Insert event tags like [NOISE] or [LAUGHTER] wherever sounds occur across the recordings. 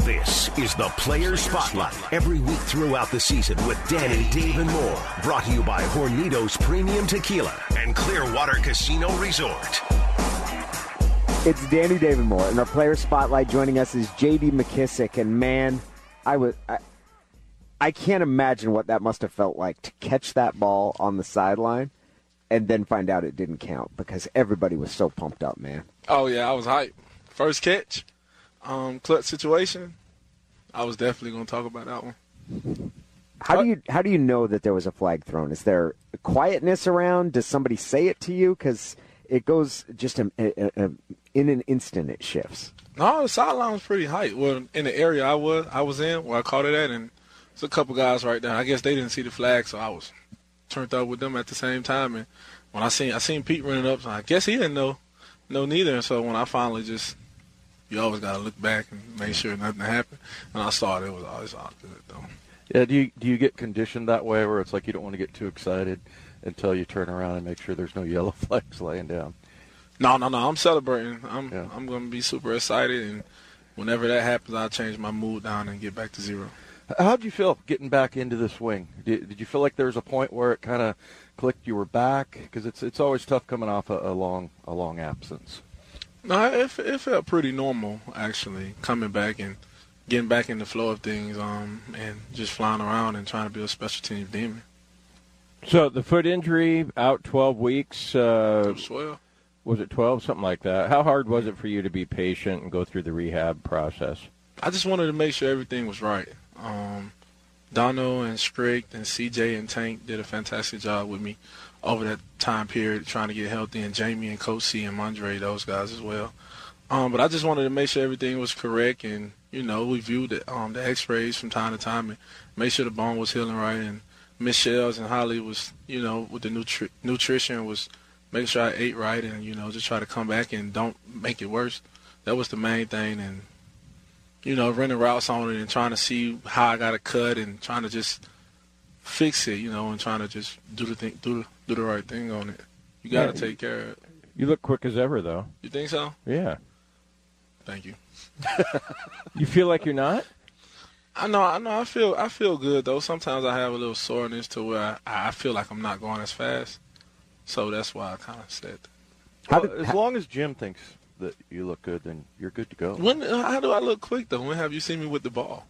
This is the Player Spotlight every week throughout the season with Danny, Dave, and more. Brought to you by Hornitos Premium Tequila and Clearwater Casino Resort. It's Danny David Moore, and our player spotlight joining us is JD McKissick. And man, I was I, I can't imagine what that must have felt like to catch that ball on the sideline and then find out it didn't count because everybody was so pumped up, man. Oh yeah, I was hyped. First catch, um, clutch situation. I was definitely gonna talk about that one. How do you how do you know that there was a flag thrown? Is there quietness around? Does somebody say it to you? Because it goes just um, in, in, in an instant, it shifts. No, the sideline was pretty hype. Well, in the area I was, I was in where I caught it at, and it's a couple guys right there. I guess they didn't see the flag, so I was turned up with them at the same time. And when I seen, I seen Pete running up, so I guess he didn't know, no neither. And so when I finally just, you always gotta look back and make sure nothing happened. And I saw it. It was all, it's all good though. Yeah, do you do you get conditioned that way where it's like you don't want to get too excited until you turn around and make sure there's no yellow [LAUGHS] flags laying down? No, no, no. I'm celebrating. I'm Yeah. I'm gonna be super excited, and whenever that happens, I'll change my mood down and get back to zero. H- How'd you feel getting back into the swing? Did, did you feel like there was a point where it kind of clicked? You were back because it's it's always tough coming off a, a long a long absence. No, it, it felt pretty normal actually coming back and getting back in the flow of things, um, and just flying around and trying to be a special team demon. So the foot injury out 12 weeks. Uh, It was swell. was it 12, something like that? How hard was it for you to be patient and go through the rehab process? I just wanted to make sure everything was right. Um, Dono and Strick and CJ and Tank did a fantastic job with me over that time period, trying to get healthy. And Jamie and Coach C and Mondre, those guys as well. Um, but I just wanted to make sure everything was correct, and you know, we viewed the, um, the X-rays from time to time and make sure the bone was healing right. And Michelle's and Holly was, you know, with the nutri- nutrition was making sure I ate right, and you know, just try to come back and don't make it worse. That was the main thing, and you know, running routes on it and trying to see how I got to cut and trying to just fix it, you know, and trying to just do the thing, do the, do the right thing on it. You got to Yeah. take care of it. You look quick as ever, though. You think so? Yeah. Thank you. You feel like you're not? I know, I know. I feel, I feel good though. Sometimes I have a little soreness to where I, I feel like I'm not going as fast. So that's why I kind of said. That. How Well, did- as long as Jim thinks that you look good, then you're good to go. When, how do I look quick though? When have you seen me with the ball?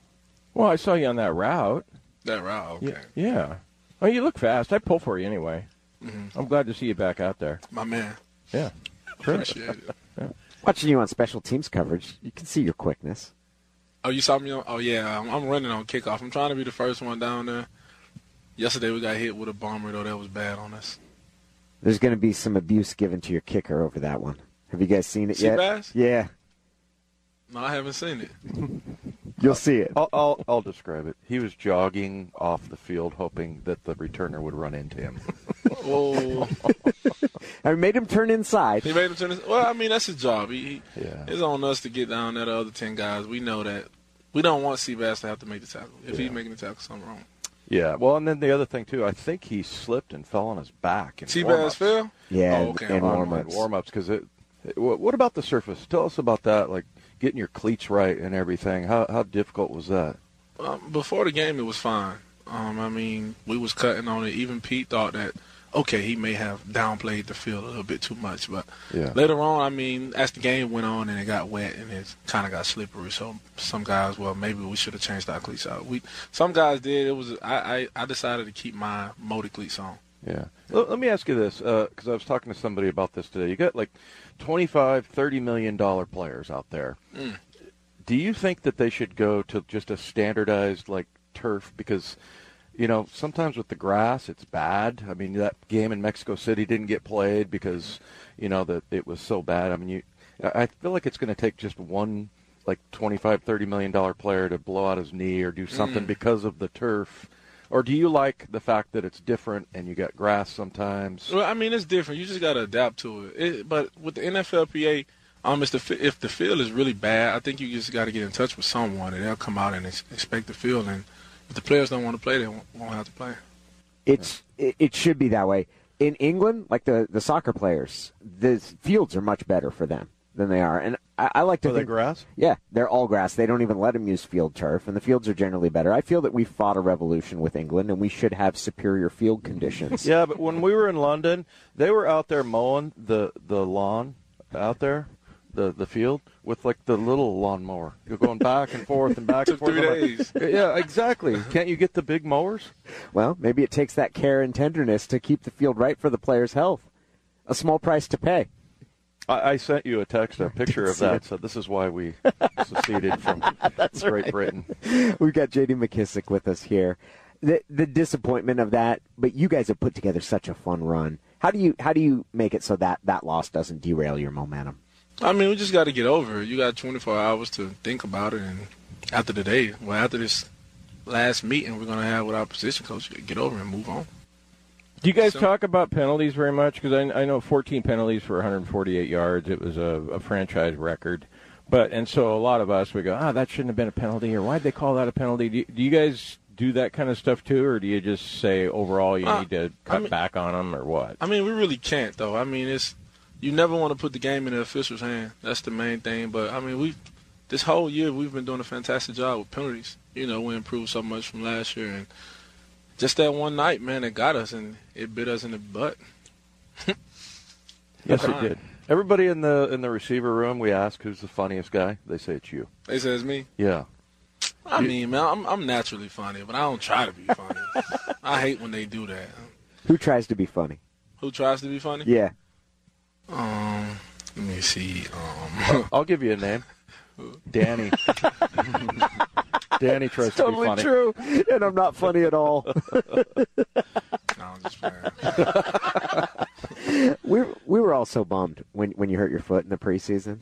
Well, I saw you on that route. That route, okay. Yeah. yeah. Oh, you look fast. I pull for you anyway. Mhm. I'm glad to see you back out there. My man, Yeah. Sure. appreciate it. Watching you on special teams coverage, you can see your quickness. Oh, you saw me on? Oh yeah, I'm, I'm running on kickoff. I'm trying to be the first one down there. Yesterday we got hit with a bomber though. That was bad on us. There's going to be some abuse given to your kicker over that one. Have you guys seen it See yet? Bass? Yeah, No, I haven't seen it. you'll see it. I'll, I'll I'll describe it. He was jogging off the field, hoping that the returner would run into him. Whoa! I made him turn inside. he made him turn. His, well, I mean that's his job. He, he- Yeah. It's on us to get down there. The other ten guys, we know that. We don't want Seabass to have to make the tackle. If he's making the tackle, something wrong. Yeah. Well, and then the other thing too, I think he slipped and fell on his back. in Seabass warm-ups. fell. Yeah, Oh, okay. and- and Oh, warm-ups. because it, it- wha- What about the surface? Tell us about that. Like getting your cleats right and everything. How how difficult was that? Um, before the game, it was fine. Um, I mean, we was cutting on it. Even Pete thought that okay, he may have downplayed the field a little bit too much, but Yeah. Later on, I mean, as the game went on and it got wet and it kind of got slippery, so some guys, well, maybe we should have changed our cleats out. We some guys did. It was I I, I decided to keep my motor cleats on. Yeah. Let, let me ask you this, because I was talking to somebody about this today. You got like 25, 30 million dollar players out there. Do you think that they should go to just a standardized like turf? Because you know sometimes with the grass it's bad. I mean that game in Mexico City didn't get played because you know that it was so bad. I mean you, I I feel like it's going to take just one like 25, 30 million dollar player to blow out his knee or do something because of the turf. Or do you like the fact that it's different and you got grass sometimes? Well, I mean, it's different. You just got to adapt to it. it. But with the NFLPA, um, it's the fi- if the field is really bad, I think you just got to get in touch with someone and they'll come out and ex- inspect the field. And if the players don't want to play, they won't, won't have to play. It's it, it should be that way in England. Like the the soccer players, the fields are much better for them. than they are. And I, I like to Are they think, grass? yeah, they're all grass. They don't even let them use field turf, and the fields are generally better. I feel that we fought a revolution with England, and we should have superior field conditions. Yeah, but when we were in London, they were out there mowing the the lawn out there, the the field with like the little lawnmower. You're going back and forth and back and Took forth. three I'm like, Yeah, exactly. Can't you get the big mowers? Well, maybe it takes that care and tenderness to keep the field right for the player's health. A small price to pay. [LAUGHS] I, I sent you a text, a picture did of see that. it. So this is [LAUGHS] why we seceded from Great Britain. We've got JD McKissick with us here. The the disappointment of that, but you guys have put together such a fun run. How do you how do you make it so that that loss doesn't derail your momentum? I mean, we just got to get over it. You got 24 hours to think about it, and after today, well, after this last meeting we're gonna have with our position coach, get over it and move on. Do you guys So- talk about penalties very much? Because I, I know 14 penalties for 148 yards. It was a, a franchise record. But and so a lot of us we go, ah, that shouldn't have been a penalty, or why'd they call that a penalty? Do you, do you guys do that kind of stuff too, or do you just say overall you Uh, need to I cut mean- back on them, or what? I mean, we really can't though. I mean, it's you never want to put the game in the official's hand. That's the main thing. But I mean, we this whole year we've been doing a fantastic job with penalties. You know, we improved so much from last year, and just that one night, man, it got us and it bit us in the butt. Yes, Fine. it did. Everybody in the in the receiver room, we ask who's the funniest guy. They say it's you. They said it's me. Yeah. I mean, man, I'm I'm naturally funny, but I don't try to be funny. I hate when they do that. Who tries to be funny? Who tries to be funny? Yeah. Um, let me see. Um, I'll give you [LAUGHS] a name. Danny. Danny tries Totally to be funny. true. And I'm not funny at [LAUGHS] all. no, I'm just playing. we we were all so bummed when when you hurt your foot in the preseason.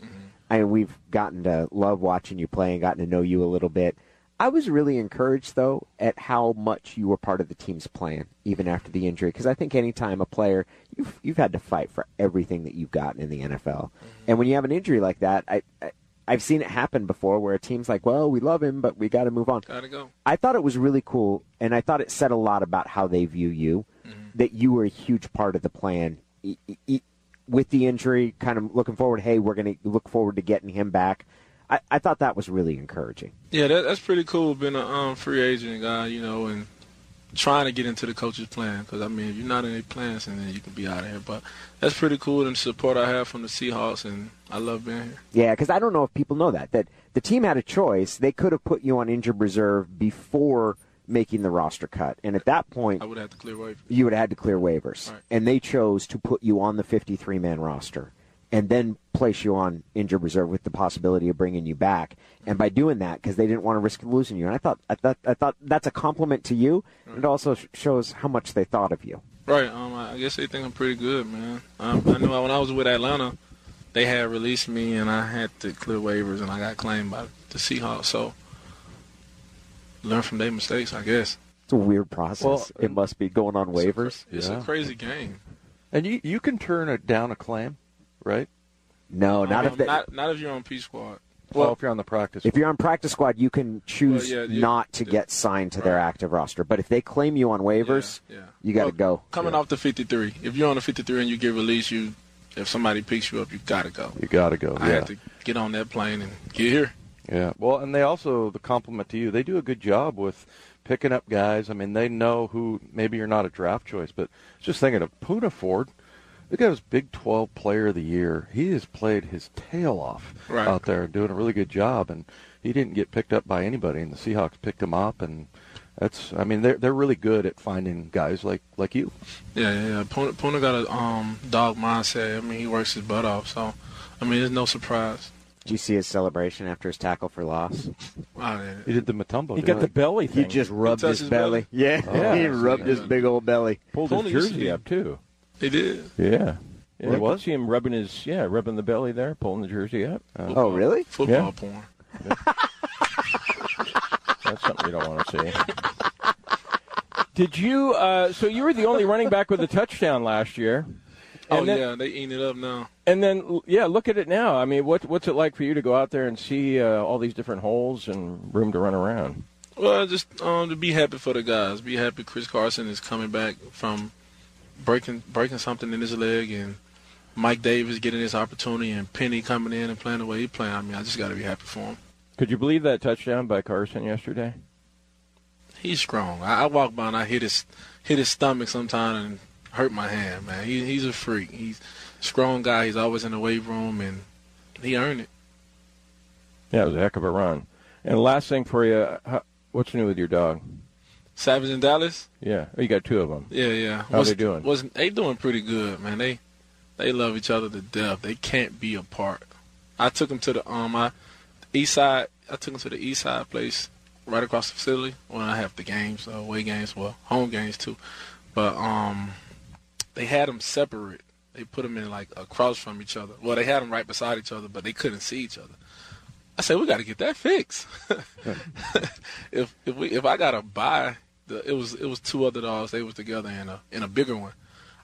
I mean, we've gotten to love watching you play and gotten to know you a little bit. I was really encouraged though at how much you were part of the team's plan even after the injury because I think anytime a player you've you've had to fight for everything that you've gotten in the NFL. And when you have an injury like that, I, I I've seen it happen before where a team's like, "Well, we love him, but we got to move on." Gotta go. I thought it was really cool, and I thought it said a lot about how they view you, that you were a huge part of the plan. E- e- e- With the injury, kind of looking forward, hey, we're going to look forward to getting him back. I, I thought that was really encouraging. Yeah, that, that's pretty cool. Being a um, free agent guy, you know, and trying to get into the coach's plan. Because I mean, if you're not in their plans, and then you can be out of here. But that's pretty cool, and the support I have from the Seahawks, and I love being here. Yeah, because I don't know if people know that that the team had a choice. They could have put you on injured reserve before making the roster cut, and at that point, I would have to clear away. you would have had to clear waivers, Right. and they chose to put you on the 53 man roster and then place you on injured reserve with the possibility of bringing you back. And by doing that, because they didn't want to risk losing you, and I thought, I thought, I thought that's a compliment to you. It also sh- shows how much they thought of you. Right. Um, I I guess they think I'm pretty good, man. Um, I know when I was with Atlanta, they had released me, and I had to clear waivers, and I got claimed by the Seahawks. So learn from their mistakes, I guess. It's a weird process. Well, it must be going on waivers. It's a Yeah. crazy game. And you you can turn a, down a claim, right? No, not Um, if they, not not if you're on P squad. Well, if you're on the practice. if you're on practice squad, you can choose Well, yeah, you- not to yeah. get signed to their active roster. But if they claim you on waivers, Yeah, yeah. you got to Well, go. Coming off the 53, if you're on the 53 and you get released, you if somebody picks you up, you gotta go. you got to go. I yeah. had to get on that plane and get here. Yeah. Well, and they also the compliment to you. They do a good job with picking up guys. I mean, they know who maybe you're not a draft choice, but just thinking of Puna Ford. Look at his Big 12 Player of the Year. He has played his tail off Right. out there, doing a really good job, and he didn't get picked up by anybody. And the Seahawks picked him up, and that's. I mean, they're they're really good at finding guys like like you. Yeah, yeah. yeah. Puna, Puna got a um, dog mindset. I mean, he works his butt off. So, I mean, it's no surprise. Did you see his celebration after his tackle for loss? Wow, yeah. He did the Matumbo. He didn't got the belly He thing. just rubbed touched his, his belly. belly. Yeah, Oh, he I see. rulled his big old belly. pulled Pony his used to jersey be- up too. He did. Yeah. Yeah, He I was? could see him rubbing his yeah, rubbing the belly there, pulling the jersey up. Oh, really? Football Yeah. porn. That's something you don't want to see. Did you? Uh, so you were the only running back with a touchdown last year. Oh, then, yeah. They eating it up now. And then, yeah, look at it now. I mean, what, what's it like for you to go out there and see uh, all these different holes and room to run around? Well, just um, to be happy for the guys. Be happy Chris Carson is coming back from breaking breaking something in his leg and Mike Davis getting his opportunity and Penny coming in and playing the way he playing. I mean, I just got to be happy for him. Could you believe that touchdown by Carson yesterday? He's strong. I, I walk by and I hit his hit his stomach sometime and hurt my hand. Man, he, he's a freak. He's a strong guy. He's always in the weight room and he earned it. Yeah, it was a heck of a run. And last thing for you, how, what's new with your dog? Savage in Dallas. Yeah, oh, you got two of them. Yeah, yeah. How What's- they doing? what's- they doing pretty good, man. They they love each other to death. They can't be apart. I took them to the um, I east side. I took them to the east side place right across the facility when I have the games, uh, away games, well, home games too. But um, they had them separate. They put them in like across from each other. Well, they had them right beside each other, but they couldn't see each other. I said we got to get that fixed. [LAUGHS] if if we if I gotta buy the it was it was two other dogs they was together in a in a bigger one.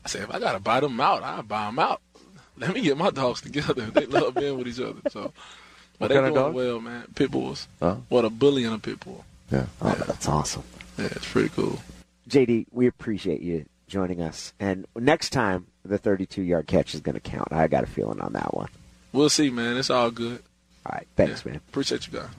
I said if I gotta buy them out, I'll buy them out. [LAUGHS] Let me get my dogs together. [LAUGHS] They love being with each other. So, What but they kind of doing dog? well, man. Pit bulls. Oh. What a bully and a pit bull. Yeah. Oh, that's awesome. Yeah, it's pretty cool. JD, we appreciate you joining us. And next time, the 32 yard catch is going to count. I got a feeling on that one. We'll see, man. It's all good. All right. Thanks, Yeah. man. Appreciate you guys.